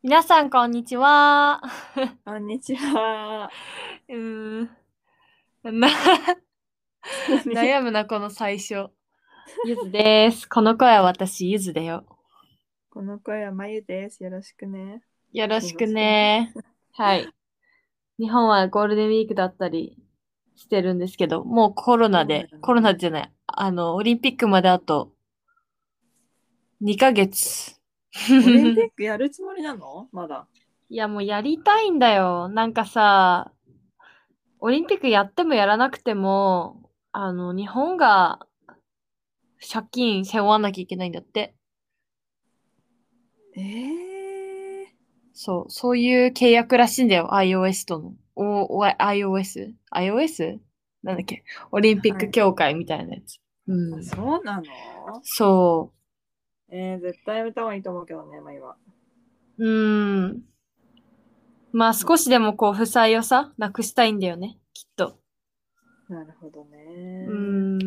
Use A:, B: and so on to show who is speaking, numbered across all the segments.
A: 皆さんこんにちは。
B: こんにちは。
A: うーん。 な 悩むな、この最初。ゆずです。この声は私、ゆずだよ。
B: この声はまゆです。よろしく ね。
A: よろしくね。はい。日本はゴールデンウィークだったりしてるんですけど、もうコロナで
B: そうだ、ね
A: コロナじゃない、あの、オリンピックまであと2ヶ月。
B: オリンピックやるつもりなのまだ。
A: いや、もうやりたいんだよ。なんかさ、オリンピックやってもやらなくても、あの、日本が借金背負わなきゃいけないんだって。
B: ええ
A: そう、そういう契約らしいんだよ。iOS との。お、お、iOS?iOS? iOS? なんだっけオリンピック協会みたいなやつ。うん。
B: そうなの
A: そ
B: えー、絶対やめた方がいいと思うけどね、まゆは。
A: う。うん。まあ少しでもこう、負債をさ、なくしたいんだよね。きっと。
B: なるほどね。
A: う
B: うん。
A: ん。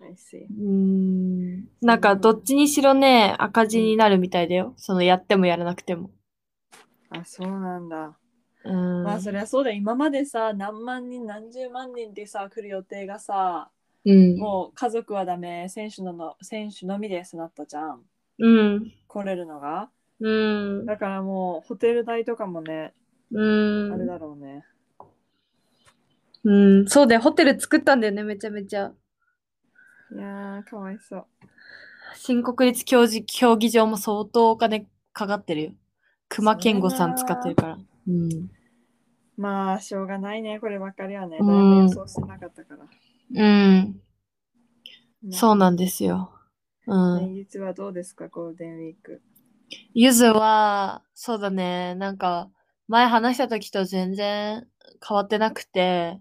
B: I see.
A: うーんなんかどっちにしろね、赤字になるみたいだよ。そのやってもやらなくても。
B: あ、そうなんだ。
A: うーん。
B: まあ、そりゃそうだよ。今までさ、何万人、何十万人でさ、来る予定がさ、
A: うん。
B: もう家族はダメ、選手のの選手のみですなったじゃん。
A: うん。
B: 来れるのが。
A: うん。
B: だからもう、ホテル代とかもね、
A: うん
B: あれだろうね。
A: うん。そうだよ。ホテル作ったんだよね、めちゃめちゃ。
B: いやー、かわいそう。
A: 新国立競技競技場も相当お金かかってるよ。熊健吾さん使ってるから。うん。
B: まあ、しょうがないね、こればっかりはね。
A: うん
B: 誰も予想してなかったから。
A: うん。そう
B: う
A: なんですよ。うん。
B: 連日はどうですか、ゴールデンウィーク。
A: ゆずは、そうだね。なんか、前話した時と全然変わってなく て、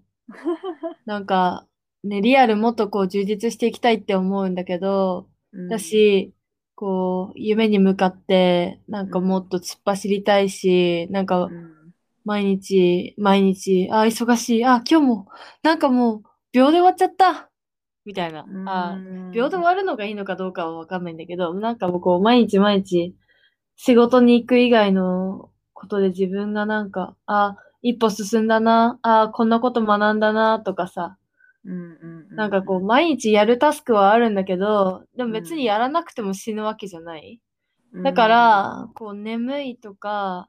A: なんか、ね、リアルもっとこう充実していきたいって思うんだけど、
B: うん
A: だ、し、こう、夢に向かって、なんかもっと突っ走りたいし、なんか
B: うん
A: 毎日、毎日、あ、忙しい、あ、今日も、なんかもう、秒で終わっちゃったみたいな。あ秒で終わるのがいいのかどうかはわかんないんだけど、なんかもうこう、毎日毎日、仕事に行く以外のことで自分がなんか、あ、一歩進んだな、あ、こんなこと学んだな、とかさ、
B: うんうんう
A: なんかこう、毎日やるタスクはあるんだけど、でも別にやらなくても死ぬわけじゃない。
B: うん
A: だから、こう、眠いとか、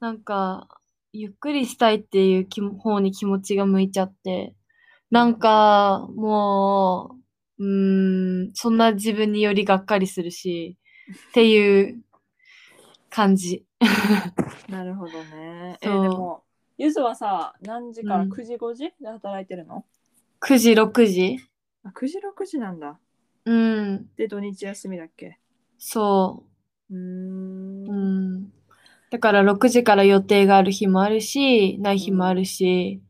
A: なんか、ゆっくりしたいっていう気も方に気持ちが向いちゃって、なんか、もう、うーん、そんな自分によりがっかりするし、っていう感じ。
B: なるほどね。え
A: そう
B: ー、でも、ゆずはさ、何時から
A: うん
B: 9時5時で働いてるの、
A: 9時、6時
B: あ ?9 時6時なんだ。
A: うん、
B: で、土日休みだっけ
A: そう。
B: うーん
A: う。んだから6時から予定がある日もあるし、ない日もあるし、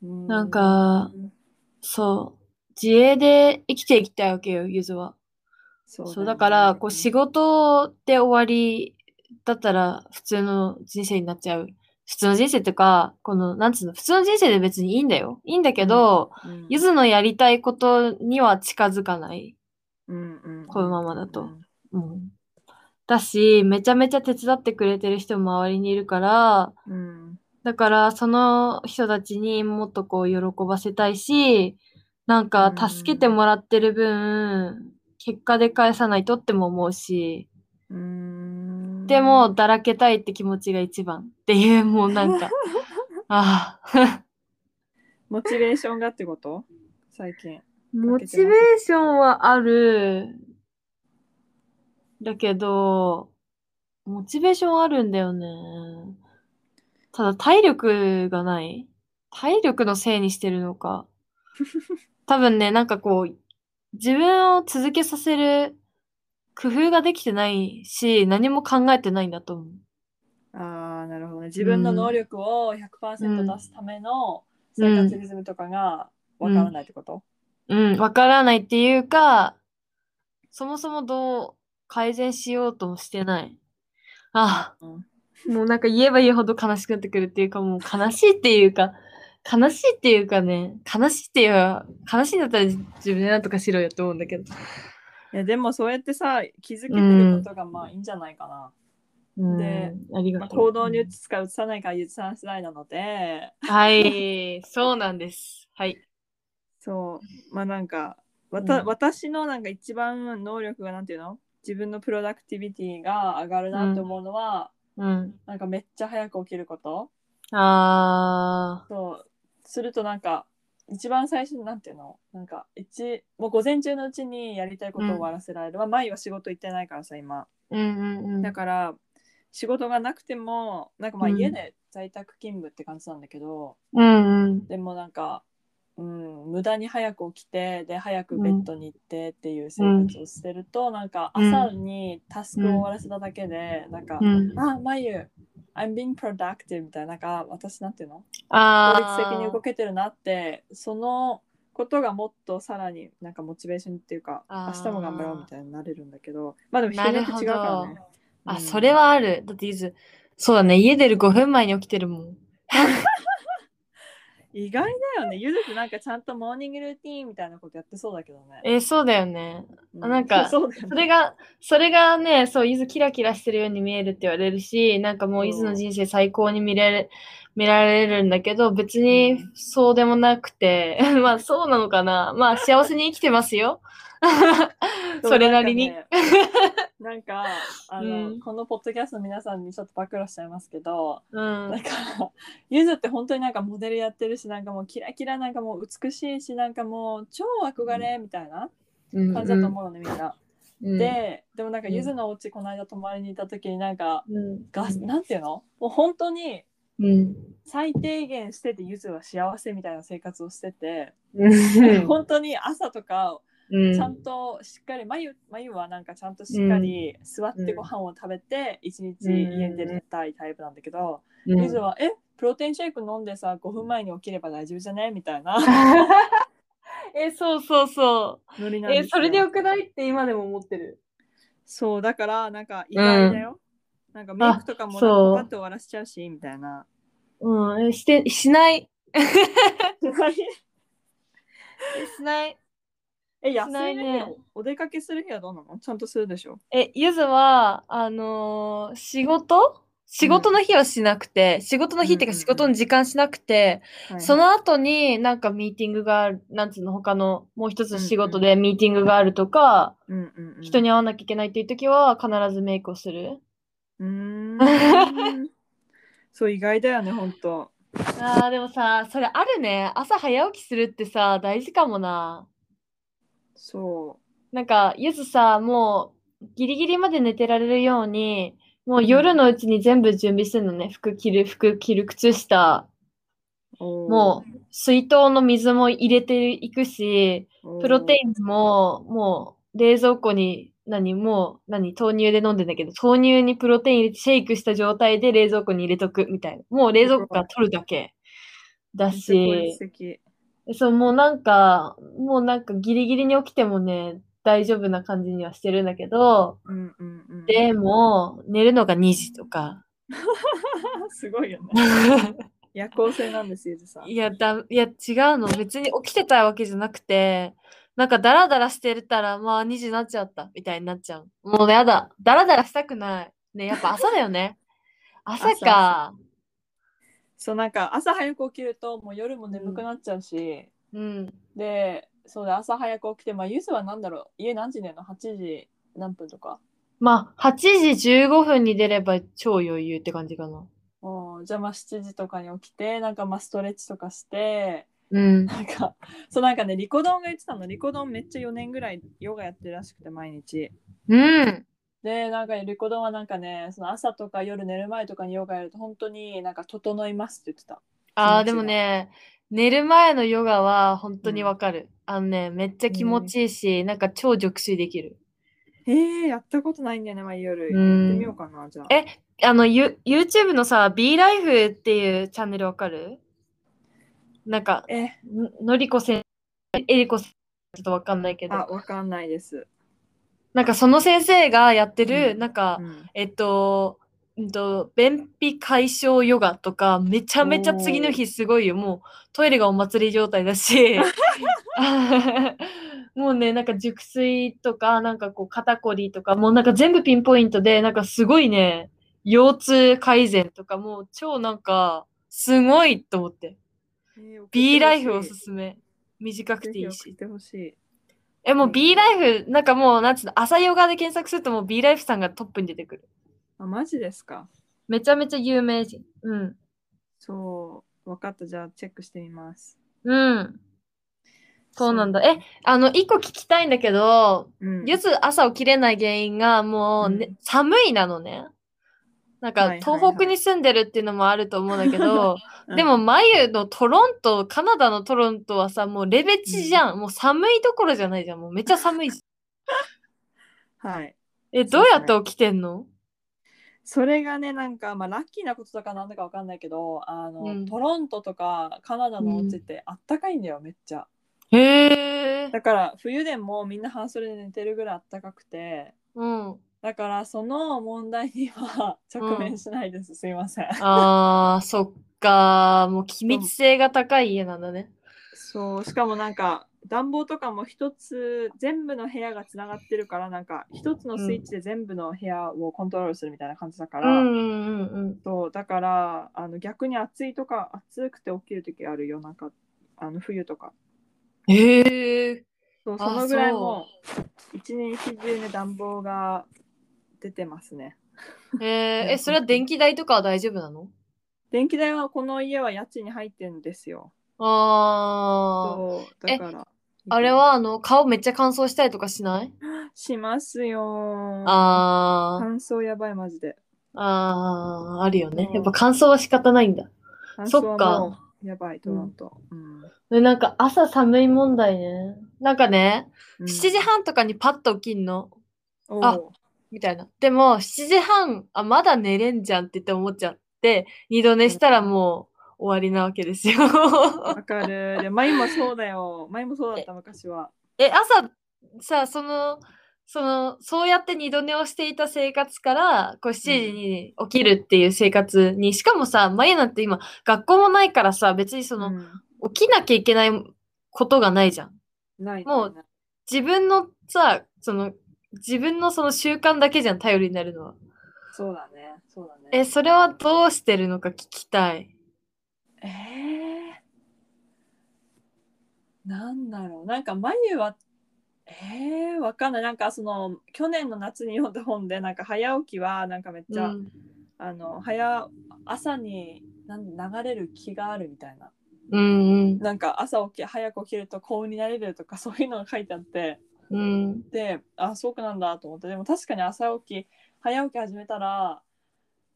A: なんか
B: うん、
A: そう、自営で生きていきたいわけよ、ゆずは。
B: そ
A: そう、だから、こう仕
B: 事
A: 事で終わりだったら普通の人生になっちゃう。普通の人生っていうか、この、なんつうの、普通の人生で別にいいんだよ。いいんだけど、ゆずのやりたいことには近づかない。このままだとうん。だし、めちゃめちゃ手伝ってくれてる人も周りにいるから、
B: うん
A: だから、その人たちにもっとこう、喜ばせたいし、なんか、
B: うん
A: 助けてもらってる分、結果で返さないとっても思うし、
B: うん、
A: でも、だらけたいって気持ちが一番っていう、もうなんか、ああ。
B: モチベーションがってこと最近。
A: モチベーションはある、だけど、モチベーションあるんだよね。ただ体力がない体力のせいにしてるのか。多分ね、なんかこう、自分を続けさせる工夫ができてないし、何も考えてないんだと思う。
B: ああ、なるほどね。自分の能力を
A: うん
B: 100%出すための生活リズムとかがわからないってこと、
A: うん、わからないっていうか、そもそもどう改善しようともしてない。あ
B: うん
A: あ、もうなんか言えば言うほど悲しくなってくるっていうか、もう悲しいっていうか、悲しいっていうかね、悲しいっていうか、悲しいんだったら自分でなんとかしろよって思うんだけど。
B: いやでもそうやってさ、気づけてることがまあいいんじゃないかな。
A: うーあり
B: ま
A: が
B: あ、
A: とう。
B: 行動に移すか移さないかは移さないなので、
A: はい、そうなんです。はい。
B: そう、まあなんか、わた
A: うん
B: 私のなんか一番能力がなんていうの自分のプロダクティビティが上がるなと思うのは、
A: うん。
B: なんかめっちゃ早く起きること。
A: あ
B: そう、するとなんか、一番最初になんていうのなんか、一、もう午前中のうちにやりたいことを終わらせられる。まあ、前は仕事行ってないからさ、今。
A: ー。うんうんうん。
B: だから、仕事がなくても、なんかまあ
A: うん
B: 家で在宅勤務って感じなんだけど、
A: うんうん。
B: でもなんか、うん、無駄に早く起きてで早くベッドに行ってっていう生活をしてると、なんか
A: うん
B: 朝にタスクを終わらせただけで、なんか「
A: うん、
B: あまゆ I'm being productive」みたいななんか私なんていうの効率
A: あー
B: 的に動けてるなってそのことがもっとさらになんかモチベーションっていうか
A: あ
B: 明
A: ー
B: 日も頑張ろうみたいになれるんだけどまあでも人
A: な
B: によ
A: る
B: って
A: ほど
B: 違うからね。う
A: あ、
B: ん
A: それはある。だって、いず、そうだね、家出る5分前に起きてるもん。
B: 意外だよねゆずくなんかちゃんとモーニングルーティーンみたいなことやってそうだけどね。
A: えーそうだよね。
B: う
A: なんか
B: そうだよね
A: それが、それがね、そう、ゆずキラキラしてるように見えるって言われるし、なんかも
B: う
A: うんゆずの人生最高に見られ、見られるんだけど、別
B: う
A: に
B: ん
A: そうでもなくて、 まあそうなのかな。まあ幸せに生きてますよ。
B: そ う
A: それなりに。
B: なんか,、なんかあの、
A: うん
B: このポッドキャストの皆さんにちょっと暴露しちゃいますけど、
A: うん
B: なん。かゆずって本当になんかモデルやってるしなんかもうキラキラなんかもう美しいしなんかもう超憧れみたいな
A: うん
B: 感じだと思うのね、みんな。
A: うん
B: ででもなんか
A: うん
B: ゆずのお家この間泊まりに行った時になんか、
A: うん。
B: がなんていうのもう本当に
A: うん。
B: 最低限しててゆずは幸せみたいな生活をしてて、
A: うん。
B: 本当に朝とか
A: うん
B: ちゃんとしっかり眉眉はなんかちゃんとしっかり座ってご飯を食べて一日家に出たいタイプなんだけど、
A: うん
B: ゆずはえプロテインシェイク飲んでさ5分前に起きれば大丈夫じゃねみたいな
A: え、そうそうそ
B: ノリ
A: う。
B: なんです
A: え、
B: よ。
A: それでよくないって今でも思ってる。
B: そうだからなんか意外だよ。なんかメイクとかも
A: あ
B: なん
A: そう
B: かパッと終わらせちゃうしみた いな。
A: うん、えして、しない。えしない。
B: え
A: し
B: 休
A: ない
B: み
A: ね
B: の日はお出かけする日はどうなのちゃんとするでしょ。
A: え、ゆずは、あのー仕事仕事の日はしなくて、仕事の日っていう
B: うん
A: か
B: うんうん
A: 仕事の時間しなくて、
B: はいはい
A: その後になんかミーティングがある、なんつうの、他のもう一つ仕事でミーティングがあるとか、
B: うんうんうん、
A: 人に会わなきゃいけないっていう時は必ずメイクをする。
B: うーん そう意外だよね本当。
A: あー、でもさ、それあるね。朝早起きするってさ、大事かもな。
B: そう。
A: なんか、ゆずさ、もう、ギリギリまで寝てられるように、もう夜のうちに全部準備するのね。服着る、服着る、靴下、も
B: も
A: う、水筒の水も入れていくし、
B: う
A: プロテ
B: イン
A: インも、もう、冷蔵庫に、何、もう、何、豆乳で飲んでんだけど、豆乳にプロテイン入れて、シェイクした状態で冷蔵庫に入れとく、みたいな。もう冷蔵庫から取るだけだし、そう、もうなんか、もうなんかギリギリに起きてもね、大丈夫な感じにはしてるんだけど、
B: うんうんうん、
A: でも、寝るのが2時とか。
B: すごいよね。夜行性なんです、ゆずさん。
A: いや、だ、いや、違うの。別に起きてたわけじゃなくて、なんかダラダラしてたら、まあ2時になっちゃった、みたいになっちゃう。もうやだ。ダラダラしたくない。ね、やっぱ朝だよ ね。朝か。
B: そう、なんか朝早く起きると、もう夜も眠くなっちゃうし、
A: うん。
B: で、そうだ、朝早く起きて、まあ、ゆずはなんだろう、家何時寝るの ?8 時何分とか。
A: まあ、8時15分に出れば超余裕って感じかな。
B: おーじゃあまあ7時とかに起きて、なんかまあストレッチとかして、
A: うん。
B: なんか、そうなんかね、リコドンが言ってたの、リコドンめっちゃ4年ぐらいヨガやってるらしくて、毎日。
A: うん。
B: で、なんか、リコドンはなんかね、その朝とか夜寝る前とかにヨガやると、本当になんか、整いますって言ってた。
A: あ
B: 気持
A: あ、
B: ち
A: でも
B: が
A: ね、寝る前のヨガは本当にわかる。あのね、めっちゃ気持ちいいし、なんか超熟睡できる。
B: ええやったことないんだよね、毎夜。
A: う
B: やってみ
A: ん
B: よう。かな、じゃあ。
A: えあの、ユ、YouTube のさ、B ライフっていうチャンネルわかるなんか、
B: え、
A: ののりこ先生、えりこ先生、ちょっとわかんないけ
B: あ、
A: ど、
B: わかんないです。
A: なんかその先生がやってる、
B: うん
A: なんか
B: う、ん、
A: えっと、うんと、便秘解消ヨガとか、めちゃめちゃ次の日すごいよ。もうトイレがお祭り状態だし、 もうね、なんか熟睡とか、なんかこう肩こりとか、もうなんか全部ピンポイントで、なんかすごいね、腰痛改善とか、もう超なんか、すごいと思って。
B: えー
A: B ライフおすすめ。短くていい
B: 送っ
A: し。
B: てほしい。
A: え、もう
B: うん
A: B ライフ、なんかもう、なんつうの、朝ヨガで検索するともう B ライフさんがトップに出てくる。
B: あ、マジですか。
A: めちゃめちゃ有名人。うん。
B: そう。分かった。じゃあ、チェックしてみます。
A: うん。そうなんだ。え、あの、一個聞きたいんだけど、
B: うん。
A: ゆず朝起きれない原因がもう、ね
B: うん
A: 寒いなのね。なん
B: は
A: か、
B: いはいはい
A: 東北に住んでるっていうのもあると思うんだけど、
B: うん
A: でも、、眉のトロント、カナダのトロントはさ、もうレベチじゃん。もう寒いところじゃないじゃん。もうめっちゃ寒い し。
B: はい。
A: え、
B: そ
A: ど
B: う
A: う
B: です
A: や
B: ね
A: って起きてんの
B: それがね、なんか、まあ、ラッキーなことだかなんだかわかんないけど、あの、
A: うん
B: トロントとかカナダのお家ってあったかいんだよ、めっちゃ。
A: へえ。
B: だから、冬でもみんな半袖で寝てるぐらいあったかくて、
A: うん。
B: だから、その問題には 直面しないです。すいません。
A: あー、そっか。もう気密性が高い家なんだね。
B: そう、しかもなんか、暖房とかも一つ、全部の部屋がつながってるから、なんか、一つのスイッチで全部の部屋をコントロールするみたいな感じだか
A: う
B: ら、
A: んうんうん
B: そうだからあの逆に暑いとか暑くて起きる時あるよなんかあの冬とか
A: うん。へえ。
B: そう
A: あ
B: そのぐらいもう一年一中ね暖房が出てますね
A: へえ。え、それは電気代とかは大丈夫なの
B: 電気代はこの家は家賃に入ってるんですよ
A: あー。
B: そう
A: え
B: だから
A: あれは、あの、顔めっちゃ乾燥したりとかしない
B: しますよ
A: あー。
B: 乾燥やばいマジで
A: あー、あるよね
B: う。ん
A: やっぱ乾燥は仕方ないんだ。
B: 乾
A: そっ
B: 燥は
A: か
B: もうやばいトロント、うん
A: で、なんか朝寒い問題ね。なんかね、
B: うん
A: 7時半とかにパッと起きんの。
B: おう
A: あみたいな。でも、7時半、あ、まだ寝れんじゃんって言って思っちゃって、二度寝したらもう終わりなわけですよ。
B: わかるで前もそうだよ前もそうだった昔は
A: え、朝、さ、その、その、そうやって二度寝をしていた生活から、こう7時に起きるっていう生活に、しかもさ、まゆなんて今、学校もないからさ、別にその、
B: ん
A: 起きなきゃいけないことがないじゃん。
B: ない
A: もう自分のさ、その、自分のその習慣だけじゃん、頼りになるのは。
B: そうだね。そうだね。
A: え、それはどうしてるのか聞きたい。
B: えーなんだろう。なんか眉は、えー、わかんない。なんかその、去年の夏に読んだ本で、なんか早起きは、なんかめっちゃ、
A: うん。
B: あの、早、朝になん流れる気があるみたいな。
A: うん
B: なんか朝起き、早く起きると幸運になれるとか、そういうのが書いてあって、
A: うん。うん。
B: で、あ、そうかなんだと思って、でも確かに朝起き、早起き始めたら、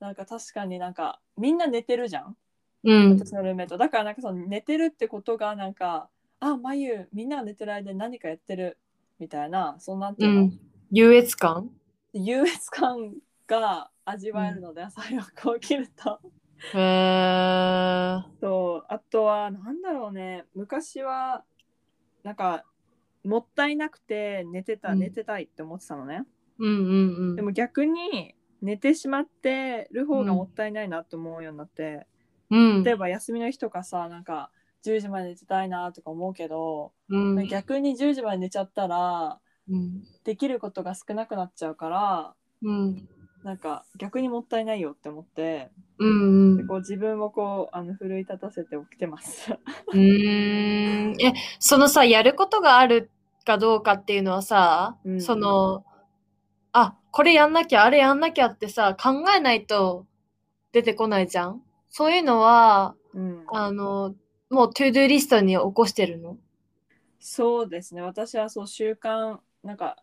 B: なんか確かになんか、みんな寝てるじゃん。
A: うん。
B: 私のルーメイトだからなんかその寝てるってことがなんかあまゆみんなが寝てる間に何かやってるみたいなそんなんて
A: う
B: いうの、
A: ん。優越感
B: 優越感が味わえるので朝早く起きると、
A: へえ。
B: そうあとはなんだろうね昔はなんかもったいなくて寝てた、
A: うん
B: 寝てたいって思ってたのね
A: うんうん
B: で
A: うん。
B: も逆に寝てしまってる方がもったいないなと思うようになって、
A: うん
B: 例えば休みの日とかさなんか10時まで寝てたいなとか思うけど
A: うん
B: 逆に10時まで寝ちゃったら
A: うん
B: できることが少なくなっちゃうから
A: うん
B: なんか逆にもったいないよって思って
A: うんうん
B: こう自分をこうあの奮い立たせて起きてます。
A: うーんえそのさやることがあるかどうかっていうのはさ、
B: うん
A: そのあこれやんなきゃあれやんなきゃってさ考えないと出てこないじゃんそういうのは
B: うん、
A: あのもうトゥードゥリストに起こしてるの
B: そうですね私はそう習慣なんか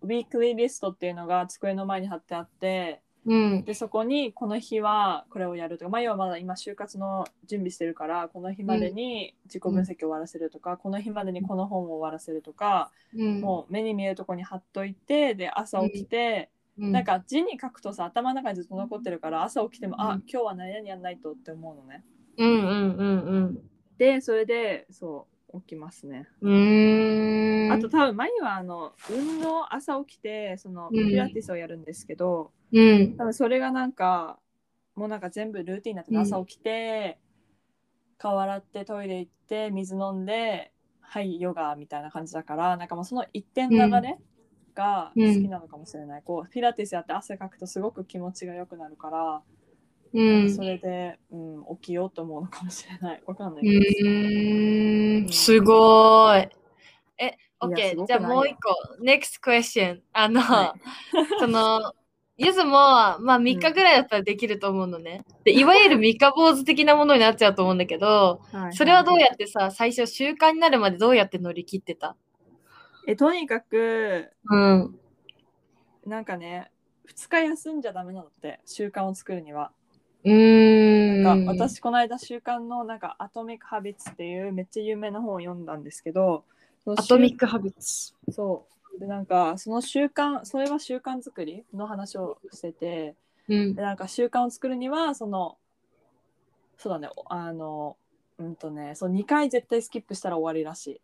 B: ウィークリーリストっていうのが机の前に貼ってあって
A: うん
B: でそこにこの日はこれをやるとか前はまだ今就活の準備してるからこの日までに自己分析を終わらせるとか、この日までにこの本を終わらせるとか、
A: うん
B: もう目に見えるとこに貼っといてで朝起きて、
A: うん
B: なんか字に書くとさ頭の中にずっと残ってるから朝起きても、
A: う
B: あ
A: ん
B: 今日は何々やんないとって思うのね
A: うんうんうん
B: でそれでそう起きますね、
A: うんうーん
B: あと多分前はあの運動朝起きてその
A: うん
B: ピラティスをやるんですけど、
A: うん
B: 多分それがなんかもうなんか全部ルーティンになってて
A: うん
B: 朝起きて、顔洗ってトイレ行って水飲んではいヨガみたいな感じだからなんかもうその一点流れ、が
A: うん
B: 好きなのかもしれない、こうピラティスやって汗かくとすごく気持ちが良くなるから、
A: うん。
B: それで、うん、起きようと思うのかもしれないわかん
A: う
B: ないけど、
A: ーん、すごーい。え、
B: やす
A: OK。
B: ごく
A: じゃあ
B: ない
A: もう一個、next question。あの、
B: は
A: その、ゆずも、まあ3日ぐらいだったらできると思うのね。で、いわゆ る三日坊主的なものになっちゃうと思うんだけど、それはどうやってさ、最初習慣になるまでどうやって乗り切ってた
B: えとにかく
A: うん。
B: なんかね2日休んじゃダメなのって習慣を作るには、
A: うーん。
B: なんか私この間習慣のなんか「アトミック・ハビッツ」っていうめっちゃ有名な本を読んだんですけどその
A: ア
B: 習
A: トミックハビッツ。
B: そうでなんかその習慣それは習慣作りの話をしてて
A: うん
B: で。なんか習慣を作るにはそのそうだねおあのうんとねそう2回絶対スキップしたら終わりらしい。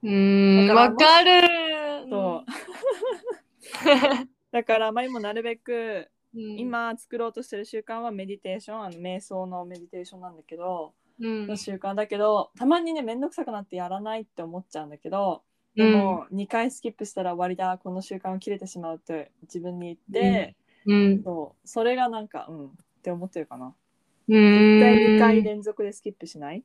A: うーん、
B: だから
A: わかるー。
B: そうだから、まあ、今なるべく
A: うん、
B: 今作ろうとしてる習慣はメディテーションあの瞑想のメディテーションなんだけど、
A: うん、
B: の習慣だけどたまにね面倒くさくなってやらないって思っちゃうんだけど
A: う
B: で
A: ん
B: も、2回スキップしたら終わりだこの習慣を切れてしまうって自分に言って、
A: うん。
B: そうそれがなんかうんって思ってるかな。
A: 絶
B: 絶対2回。連続でスキップしない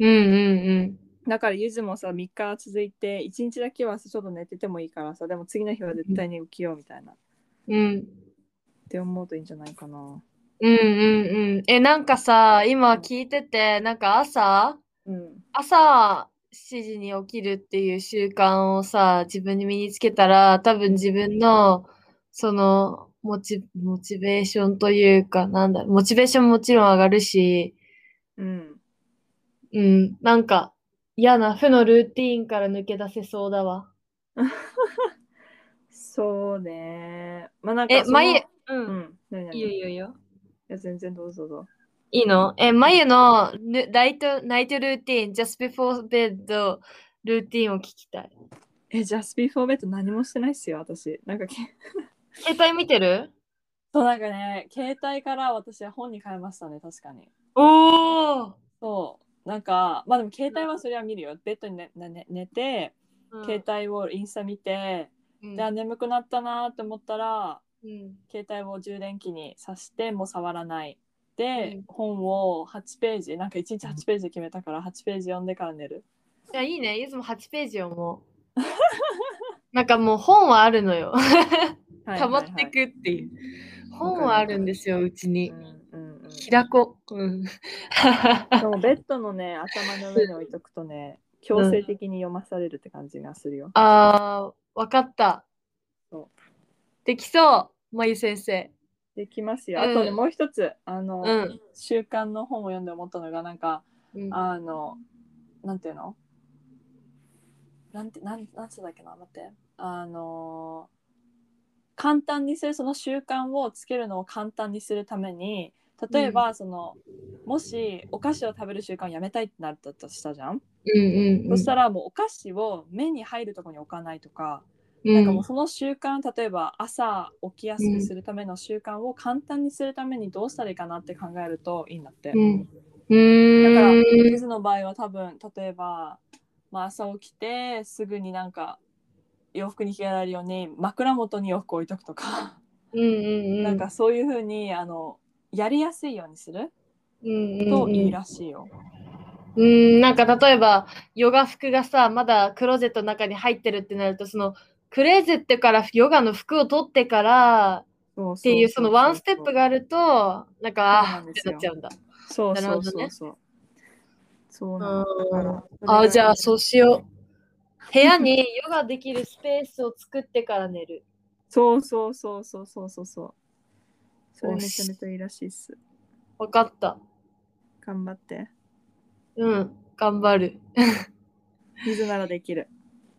A: うんうん
B: だからゆずもさ3日続いて1日だけはさちょっと寝ててもいいからさでも次の日は絶対に起きようみたいなっ
A: うん。うん。
B: て思うといいんじゃないかな。
A: うんうんうん。え、なんかさ、今聞いてて、なんか朝、
B: うん、
A: 朝7時に起きるっていう習慣をさ、自分に身につけたら、多分自分の、その、モチ、モチベーションというか、なんだろう、モチベーションももちろん上がるし、
B: うん、
A: うん、なんか、嫌な負のルーティーンから抜け出せそうだわ。
B: そうね。まあなんか
A: え、
B: その
A: まゆ、う、
B: うんん、何々
A: いいよいいよいいよ。
B: いや全然どうぞどうぞ。
A: いいのえ、まゆのぬライト、ナイトルーティーン、just before bed ルーティーンを聞きたい。
B: え、ジャスピーフォーベッド何もしてないっすよ、私。なんかけ、
A: 携帯見てる
B: そう、なんかね、携帯から私は本に変えましたね、確かに。
A: おー、
B: そう、なんか、まあでも携帯はそれは見るよ。ベッドに寝寝寝て、
A: うん、
B: 携帯をインスタ見て、
A: 帯
B: で、あ眠くなったなーって思ったら、
A: うん、
B: 携帯を充電器に挿して、もう触らない。で、
A: うん
B: 本を8ページ、なんか1日8ページ決めたから、8ページ読んでから寝る。
A: いや、いいね。いつも8ページをもう。 なんかもう本はあるのよ。
B: はいは
A: 溜ま
B: いは
A: っ
B: い
A: てくっていう。本はあるんですよ、うちに
B: う。んうんうん。
A: 開こう。うん。
B: でもベッドのね、頭の上に置いとくとね、強制的に読まされるって感じがするよ。
A: あー、わかった
B: そ。
A: できそう、まゆ先生。
B: できますよ。
A: う
B: あ
A: ん
B: とね、もう一つ、あの、
A: うん。
B: 習慣の本を読んで思ったのが、なんか、
A: うん
B: あの、なんていうのなんて、なん、なんつうんだっけな、待って。あの、簡単にする、その習慣をつけるのを簡単にするために、例えば、その、もしお菓子を食べる習慣をやめたいってなったとしたじゃ
A: う
B: ん、
A: んうんうん。
B: そしたらもうお菓子を目に入るところに置かないとか、
A: な
B: なんかもうその習慣例えば朝起きやすくするための習慣を簡単にするためにどうしたらいいかなって考えるといいんだって、
A: うん。うーん。
B: だからゆずの場合は多分例えば、まあ、朝起きてすぐになんか洋服に着替えられるように枕元に洋服置いとくとか、
A: うんうんうん。
B: なんか、そういうふうにあのやりやすいようにする
A: うんうん、
B: といいらしいよ。
A: うん、なんか例えば、ヨガ服がさ、まだクローゼットの中に入ってるってなると、その、クレーゼットからヨガの服を取ってから
B: そう
A: っていう、そのワンステップがあると、なんか、
B: そう
A: あー
B: なん
A: っ
B: で
A: て
B: す
A: な
B: よ
A: っちゃうんだ。
B: そう
A: なる
B: そ
A: ほ
B: う
A: ど
B: そ
A: ね
B: うそう。そうなのだからそれ
A: あ
B: が
A: ー、じゃあそうしよう。部屋にヨガできるスペースを作ってから寝る。
B: そうそうそうそうそうそうそう。それ
A: お
B: め
A: し
B: ちゃめちゃいいらしいっす。
A: わかった。
B: 頑張って。
A: うん、頑張る。
B: 水ならできる。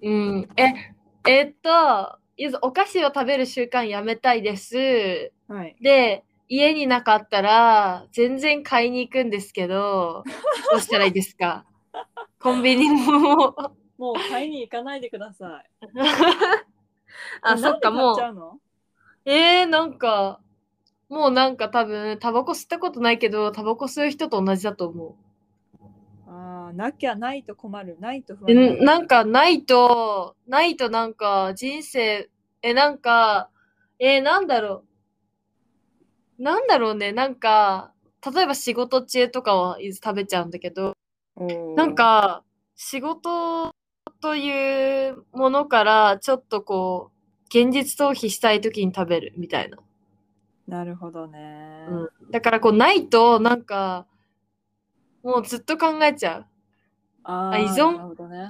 A: うん、え、えっと、ゆず、お菓子を食べる習慣やめたいです。
B: はい。
A: で、家になかったら、全然買いに行くんですけ ど、どうしたらいいですかコンビニも。
B: もう買いに行かないでください。
A: あ、
B: え
A: そっか、
B: なん
A: も
B: で買
A: う
B: っちゃ。うの
A: えー、なんか、もうなんか多分、タバコ吸ったことないけど、タバコ吸う人と同じだと思
B: あーなきゃないと困る。ないと不
A: う。
B: 安
A: んなんか、ないと、ないとなんか、人生え、なんか、えーなんだろう。なんだろうね、なんか、例えば仕事中とかはい食べちゃうんだけど、なん、か、仕事というものから、ちょっとこう、現実逃避したい時に食べるみたいな。
B: なるほどね。
A: うん、だからこう、ないと、なんか、もうずっと考えちゃう。
B: あ
A: あ
B: ー
A: 依存
B: なるほどね。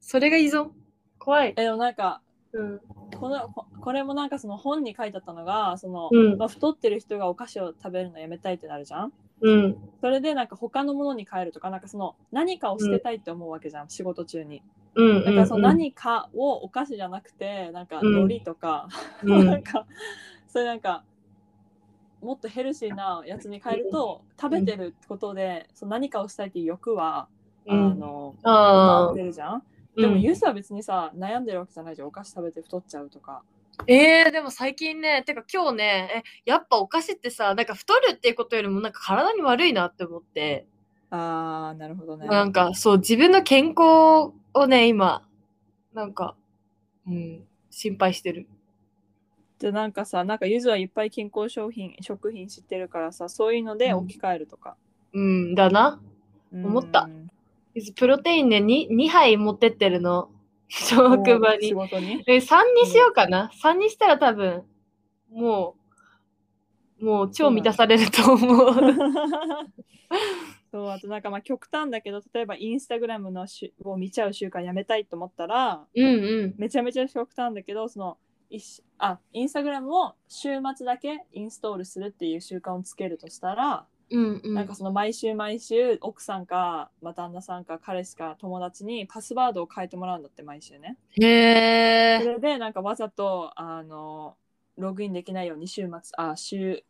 A: それが依存怖い。
B: え、でもなんか、
A: うん。
B: このここれもなんかその本に書いてあったのがその、
A: うん
B: まあ、太ってる人がお菓子を食べるのやめたいってなるじゃん
A: うん。
B: それでなんか他のものに変えるとかなんかその何かを捨てたいって思うわけじゃん、仕事中に
A: うん。
B: だからその
A: うん
B: 何かをお菓子じゃなくてなんか
A: うん
B: 海苔とか、
A: う
B: なん
A: ん。
B: かそういうなんかもっとヘルシーなやつに変えると食べてることでその何かをしたいっていう欲は、
A: うん
B: あの
A: ああ。
B: 出るじゃん
A: うん
B: でもユースは別にさ悩んでるわけじゃないじゃんお菓子食べて太っちゃうとか
A: えー、でも最近ね、てか今日ね、え、やっぱお菓子ってさ、なんか太るっていうことよりもなんか体に悪いなって思って、
B: あーなるほどね
A: なんかそう、自分の健康をね、今、なんか、うん、心配してる。
B: でなんかさなんかゆずはいっぱい健康商品食品知ってるからさそういうので
A: うん
B: 置き換えるとか、
A: うん、だな。思った
B: うん
A: プロテインね、2, 2杯持ってってるの。 職場に
B: 仕。事に
A: え、3にしようかな。3にしたら多分、もう、もう超満たされると思 う。
B: そうあとなんかまあ極端だけど例えばインスタグラムのしを見ちゃう習慣やめたいと思ったら
A: うんうん。
B: めちゃめちゃ極端だけどその一しあインスタグラムを週末だけインストールするっていう習慣をつけるとしたら、
A: うんうん。
B: なんかその毎週毎週奥さんか、まあ、旦那さんか彼氏か友達にパスワードを変えてもらうんだって毎週ね。
A: へ
B: そ
A: え。
B: れでなんかわざとあのログインできないように週末あ週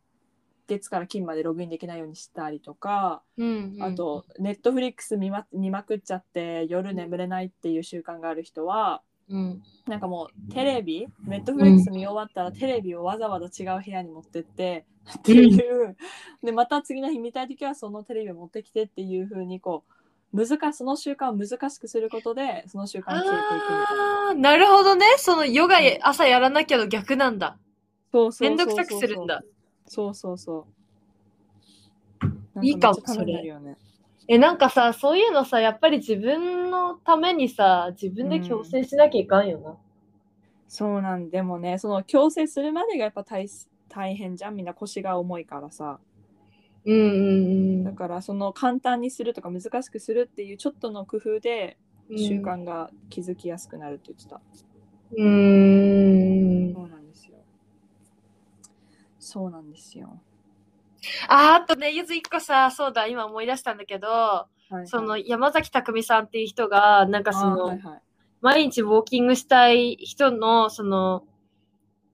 B: 月から金までログインできないようにしたりとか、
A: うん、うん。
B: あとネットフリックス見ま見まくっちゃって夜眠れないっていう習慣がある人は
A: うん。
B: なんかもうテレビネットフリックス見終わったらテレビをわざわざ違う部屋に持ってってっていう、でまた次の日見たい時はそのテレビを持ってきてっていう風にこう難しその習慣を難しくすることでその習慣を消えていくみたいな。
A: あーなるほどね。そのヨガ
B: うん
A: 朝やらなきゃの逆なんだ。
B: そうそう
A: めん
B: そ
A: どく
B: うそう
A: さくするんだ。
B: そうそうそう。
A: いいかも
B: なんめっちゃためになるよね。
A: え、なんかさ、そういうのさ、やっぱり自分のためにさ、自分で強制しなきゃいかんよな。
B: そうなんでもね、その強制するまでがやっぱ大す大変じゃん。みんな腰が重いからさ。
A: うんうん
B: だからその簡単にするとか難しくするっていうちょっとの工夫で
A: うん。
B: 習慣が気づきやすくなるって言ってた。
A: うーん。
B: そうなんですよ。そうなんですよ。
A: あ、あとね、ゆず一個さ、そうだ、今思い出したんだけど、
B: はいはい
A: その山崎匠さんっていう人が、なんかそ
B: あー
A: の、
B: はいはい
A: 毎日ウォーキングしたい人の、その、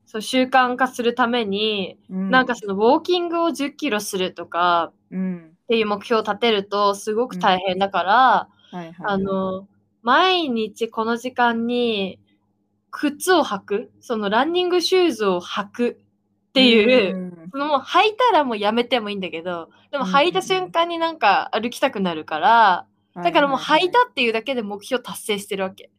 A: そう習慣化するために、
B: う
A: なんかそのウォーキングを10キロするとか
B: うん、
A: っていう目標を立てるとすごく大変だから、
B: はいはい。
A: あの、毎日この時間に靴を履く、そのランニングシューズを履くっていう、
B: うん
A: そのもう履いたらもうやめてもいいんだけど、でも
B: うん
A: 履いた瞬間になんか歩きたくなるから、だからもう
B: は
A: 履
B: い
A: いたっていうだけで目標達成してるわけ。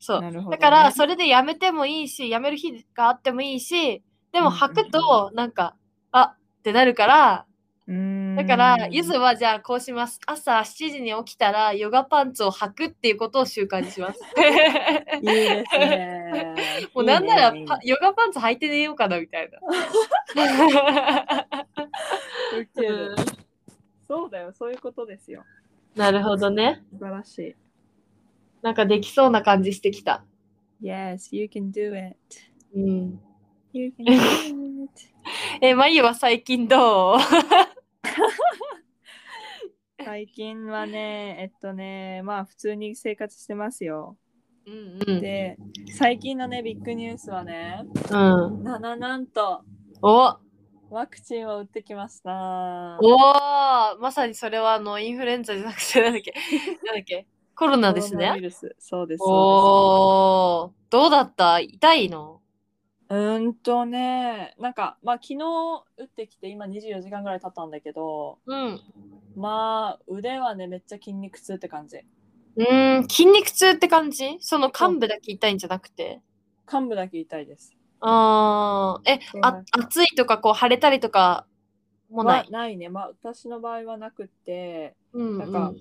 A: そう。
B: なるほどね
A: だから、それでやめてもいいし、やめる日があってもいいし、でも履くと、なんか、あってなるから、だから、ゆずはじゃあこうします。朝7時に起きたら、ヨガパンツを履くっていうことを習慣にし ます。
B: いいですね
A: 。もうなんなら
B: いいね
A: パヨガパンツ履いて寝ようかなみたいな。
B: いいねウケるそうだよ、そういうことですよ。
A: なるほどね。
B: 素晴らしい。
A: なんかできそうな感じしてきた。
B: Yes, you can do it.
A: うん、
B: You can do it.
A: え、まゆは最近どう
B: 最近はね、えっとね、まあ普通に生活してますよ。
A: うんうん。
B: で、最近のね、ビッグニュースはね、
A: うん、
B: なななんと
A: お
B: ワクチンを打ってきました。
A: おーまさにそれはあのインフルエンザじゃなくてなんだっけなんだっけコロナです
B: コロナウイ
A: ね。
B: ルス。そうです。そう
A: おーどうだった痛いの
B: ですうーんとね、なんか、まあ昨日打ってきて今24時間ぐらい経ったんだけど、
A: うん。
B: まあ腕はね、めっちゃ筋肉痛って感じ。
A: うーん、筋肉痛って感じその幹部だけ痛いんじゃなくて。
B: 幹部だけ痛いです。
A: あーえ、あ、暑いとか、こう、腫れたりとかもな。
B: はいないね、まあ、私の場合はなくって
A: うん、
B: なんか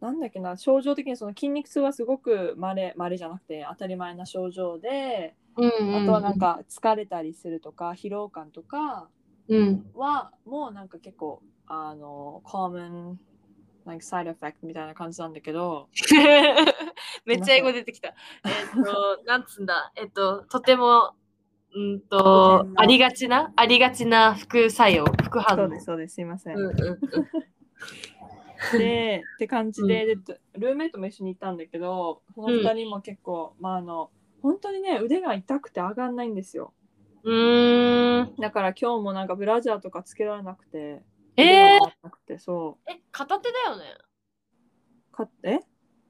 B: なんだっけな症状的にその筋肉痛はすごくまれまれじゃなくて当たり前な症状で
A: うん、
B: あとはなん、か疲れたりするとか疲労感とか
A: うん、
B: はもうなんか結構あの common like side effect みたいな感じなんだけど
A: めっちゃ英語出てき た。えっと、なんつんだ、えっと、とても、うんと、ありがちな、ありがちな副作用、副反応。
B: そうですすいませ
A: うんうん
B: でって感じで,、でルーメイトも一緒に行ったんだけどその2人も結構、まああの本当にね腕が痛くて上がんないんですよ
A: うん。うーん。
B: だから今日もなんかブラジャーとかつけられなくて
A: え
B: 腕
A: ー
B: が上がんなくてそ
A: え、片手だよね。
B: うかえ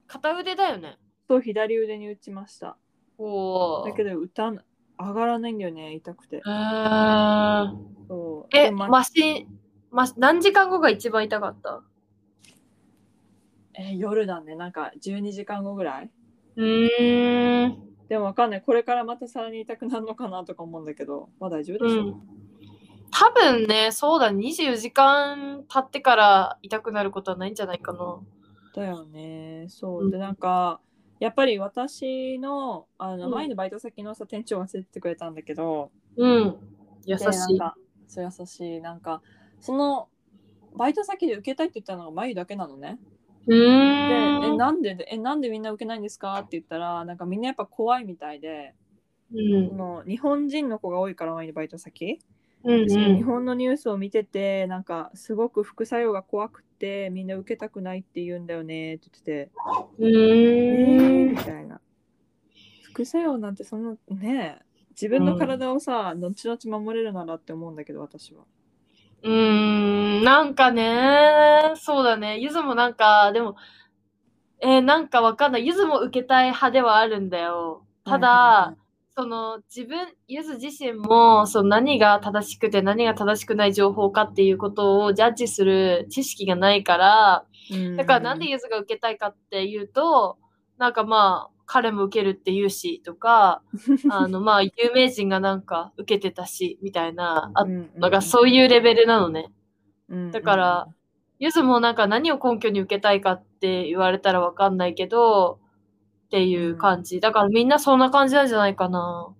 A: 片腕だよね。
B: そう左腕に打ちました
A: おお。
B: だけど打たん上がらないんだよね痛くて
A: えー
B: そう
A: え、
B: でま
A: マシン、マシ何時間後が一番痛かった
B: え夜だねなんか12時間後ぐらいう
A: ーん。
B: でもわかんないこれからまたさらに痛くなるのかなとか思うんだけどまあ大丈夫
A: う
B: でしょ、
A: ん。多分ね、そうだ、24時間経ってから痛くなることはないんじゃないかな。
B: だよねそう、
A: うん
B: でなんかやっぱり私のあの、
A: うん
B: 前のバイト先のさ店長が連れてってくれたんだけど
A: うん。優し
B: でなん
A: い。
B: かそう優しいなんかそのバイト先で受けたいって言ったのが眉だけなのね。
A: う
B: で、
A: ー
B: え
A: ん。
B: なんでえなんでみんな受けないんですかって言ったらなんかみんなやっぱ怖いみたいで、
A: うん
B: その日本人の子が多いから前のバイト先、
A: うん
B: その日
A: う
B: 本のニュースを見ててなんかすごく副作用が怖くてみんな受けたくないって言うんだよねって言って
A: ん。
B: て。
A: うー
B: み
A: ん。
B: たいな副作用なんてそんなね自分の体をさ、後々守れるならって思うんだけど私は
A: うーん。なんかね、そうだね。ゆずもなんか、でも、えーなんかわかんない。ゆずも受けたい派ではあるんだよ。ただ、
B: はい
A: その自分、ゆず自身もその何が正しくて何が正しくない情報かっていうことをジャッジする知識がないから、
B: はいはいうん
A: だからなんでゆずが受けたいかっていうと、なんかまあ、彼も受けるって言うしと か、あのまあ、有名人がなんか受けてたしみたいな、あ
B: うん
A: のがそういうレベルなのね。
B: うん
A: だからゆずもなんか何を根拠に受けたいかって言われたらわかんないけど、っていう感じ。だからみんなそんな感じなんじゃないかな。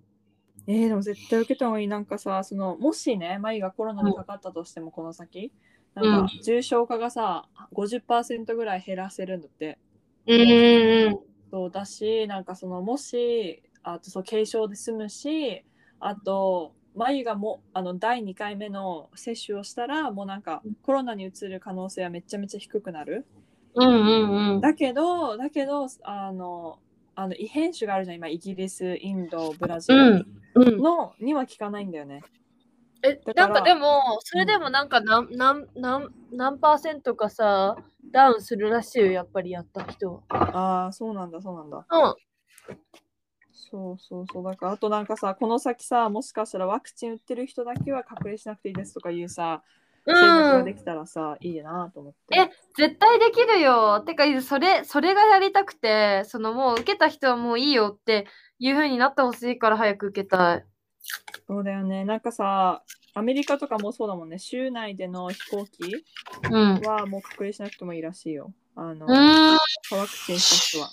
B: えーでも絶対受けた方がいいなんかさそのもしねマイがコロナにかかったとしてもこの先なんか重症化がさ50%ぐらい減らせるんだって
A: うんうんうん。
B: そうだしなんかそのもしあとそう軽症で済むしあと眉がもあの第2回目の接種をしたらもうなんかコロナにうつる可能性はめちゃめちゃ低くなる
A: うんうんうん。
B: だけどだけどあのあの異変種があるじゃん今イギリスインドブラジル
A: うん、
B: のには効かないんだよね、
A: え
B: だから
A: なんかでもそれでもなんか何,、ん、なんなん何パーセントかさダウンするらしいよやっぱりやった人は。
B: ああそうなんだそうなんだ
A: うん
B: そうそうそうだからあとなんかさこの先さもしかしたらワクチン打ってる人だけは隔離しなくていいですとかいうさ政策
A: う
B: が
A: ん
B: で、きたらさ、いいなと思って
A: え絶対できるよてかそれそれがやりたくてそのもう受けた人はもういいよっていう風になってほしいから早く受けたい。
B: そうだよね。なんかさ、アメリカとかもそうだもんね。州内での飛行機
A: うん、う
B: はもう隔離しなくてもいいらしいよ。あの、
A: ーん
B: ワクチンした人は。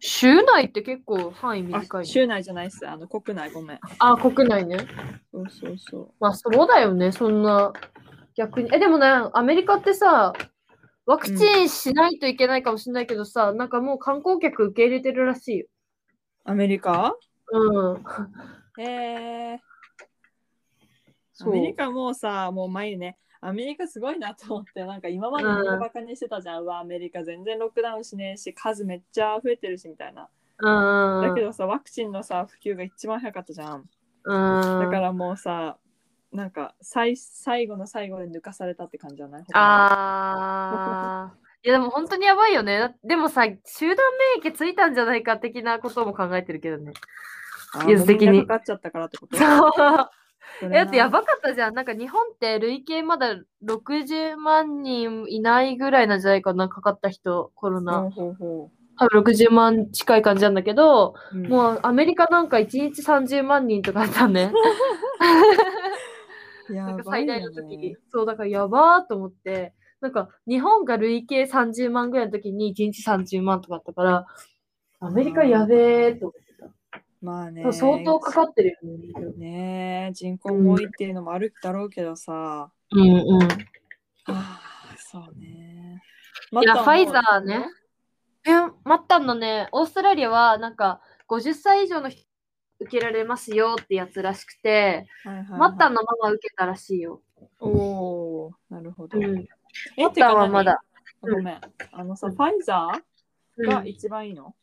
A: 州内って結構範囲短
B: あ、
A: い、ね。
B: 州内じゃないっす。あの、国内、ごめん。
A: あ国内ね。
B: そうそうそ
A: まあそうだよね、そんな。逆に。え、でもね、アメリカってさ、ワクチンしないといけないかもしれないけどさ、なんかもう観光客受け入れてるらしいよ。
B: う。アメリカ
A: うん。
B: へえ。ア
A: そう
B: メリカもうさ、もう前ね。アメリカすごいなと思って、なんか今までみんなバカにしてたじゃん。うわ、アメリカ全然ロックダウンしねえし、数めっちゃ増えてるしみたいな。
A: うん。
B: だけどさ、ワクチンのさ、普及が一番早かったじゃ
A: うん。
B: ん。だからもうさ、なんか最最後の最後で抜かされたって感じじゃない
A: あ ー。いやでも本当にやばいよね。だでもさ、集団免疫ついたんじゃないか的なことも考えてるけどね。
B: あー
A: 技術的に
B: もうみんなかかっちゃったからってこと
A: そう。
B: それな
A: えだってやばかったじゃん。なんか日本って累計まだ60万人いないぐらいなんじゃないかな、かかった人、コロナ。
B: ほうほうほ
A: 多分60万近い感じなんだけど、
B: うん
A: もうアメリカなんか1日30万人とかあった ね。
B: やば
A: ないん
B: よね
A: か最大の時に。そう、だからやばーと思って、なんか日本が累計30万ぐらいの時に1日30万とかあったから、アメリカやべーと思ってた。
B: まあね
A: そう相当かかってるよね。
B: ねえ人口も多いっていうのもあるだろうけどさ、
A: うんうん。
B: ああそうね
A: いや、ファイザー
B: また
A: ね。え、待ったのね、オーストラリアはなんか50歳以上の人受けられますよってやつらしくて、
B: はいはいはい
A: マッタンのママ受けたらしいよ。
B: おおなるほど、
A: うん。
B: え
A: マッタンはまだ。
B: てか何ごめんあのさファイザー
A: う
B: が
A: ん
B: 一番いいの、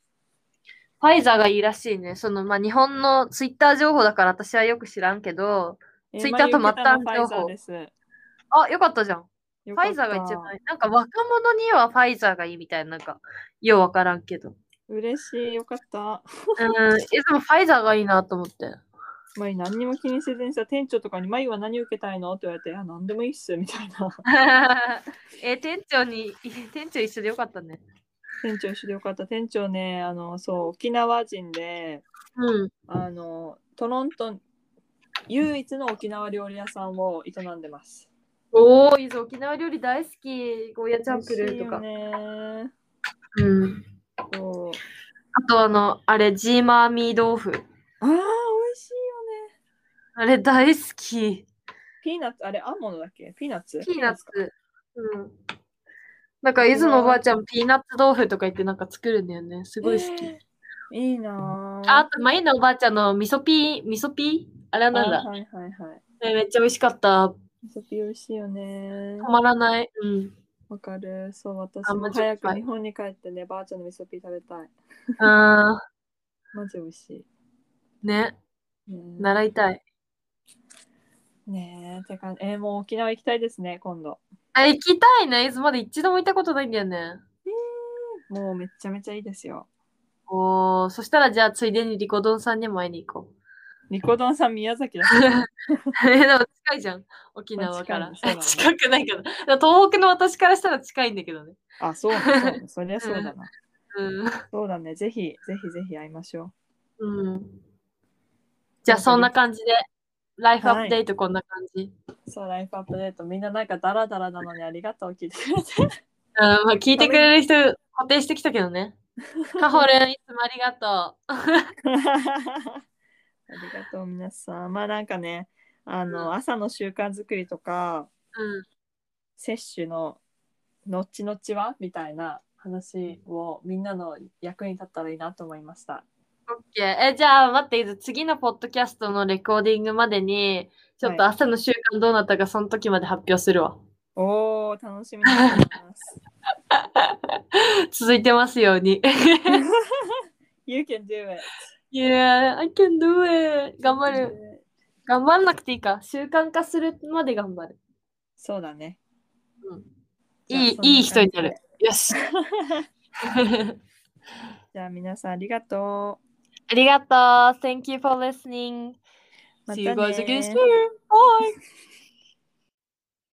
A: ファイザーがいいらしいね。その、まあ、日本のツイッター情報だから私はよく知らんけど、
B: え
A: ツイッターと
B: まあ言
A: 末
B: うてた
A: 端情
B: のファイザ
A: 報
B: ーです
A: あ、よかったじゃん。
B: よ
A: フ
B: か
A: ァ
B: っ
A: イ
B: た
A: ザーが一番いい。なんか若者にはファイザーがいいみたいな、なんか、ようわからんけど。
B: 嬉しいよかった
A: うん、いつもファイザーがいいなと思 って。
B: マイ何にも気にせずにさ店長とかに「マイは何受けたいの?」って言われて「あ何でもいいっす」みたいな
A: え、店長に、 店長一緒でよかったね。
B: 店長一緒でよかった店長ねあのそう沖縄人で
A: うん。
B: あのトロント唯一の沖縄料理屋さんを営んでます。
A: おー、いいぞ、沖縄料理大好き。ゴーヤチャンプルーとか。
B: 美味しいよね
A: うん。
B: そう
A: あと、あの、あれ、ジーマーミー豆腐。
B: あー美味しいよね。
A: あれ、大好き。
B: ピーナッツあれアーモンドだっけ？ピーナッツ？
A: ピーナッツ
B: か。。
A: うん。なんか、伊豆のおばあちゃん、ピーナッツ豆腐とか言ってなんか作るんだよね。すごい好き。
B: えーいいなー。
A: ああと、まゆのおばあちゃんの味噌ピー、味噌ピーあれはなんだ。
B: あはいはいはい。
A: えめっちゃ美味しかった。
B: ミソピー美味しいよね
A: た。まらない。うん。
B: わかる。そう私
A: あ
B: も
A: マジ
B: 早
A: は
B: く
A: い
B: 日本に帰ってねばあちゃんのミソピー食べたい。
A: あ
B: マジ美味し
A: ー、ね。
B: い。ね
A: 習いたい。
B: ねえてかえーもう沖縄行きたいですね今度。
A: あ、行きたいね。伊豆まで一度も行ったことないんだよね。
B: もうめちゃめちゃいいですよ。
A: おー、そしたらじゃあ、ついでにリコドンさんにも会いに行こう。
B: ニコドンさん宮崎 だし。
A: え、でも近いじゃん。沖縄から。
B: まあ近
A: 近くないけど。東北の私からしたら近いんだけどね。
B: あ、そうだ、そうだ、そりゃそうだな。
A: うん。
B: そうだね、ぜひ、ぜひぜひ会いましょ
A: うんじゃあそんな感じで、ライフアップデートこんな感じ。
B: う。そう、ライフアップデート、みんななんかダラダラなのにありがとう聞いてくれて。
A: うん、まあ聞いてくれる人固定してきたけど ね。カホレンいつもありがと
B: ありがとう、皆さん。まあなんかね、あの、朝の習慣作りとか、
A: う。
B: 摂取の後々はみたいな話をみんなの役に立ったらいいなと思いました。
A: うん。オッケー。え、じゃあ待って、いず次のポッドキャストのレコーディングまでに、ちょっと
B: はい
A: 朝の習慣どうなったかその時まで発表するわ。
B: おー、楽しみにしてます。
A: 続いてますように。
B: you can do it.
A: yeah, I can do it. 頑張る。。頑張んなくていいか。習慣化するまで頑張る。
B: そうだね。
A: うん
B: じゃ
A: い
B: あ
A: い
B: そん感じで
A: いい人になるよし。
B: じゃあ皆さんありがとう。
A: ありがとう。Thank you for listening. See you
B: また
A: guys
B: ね
A: again soon. Bye.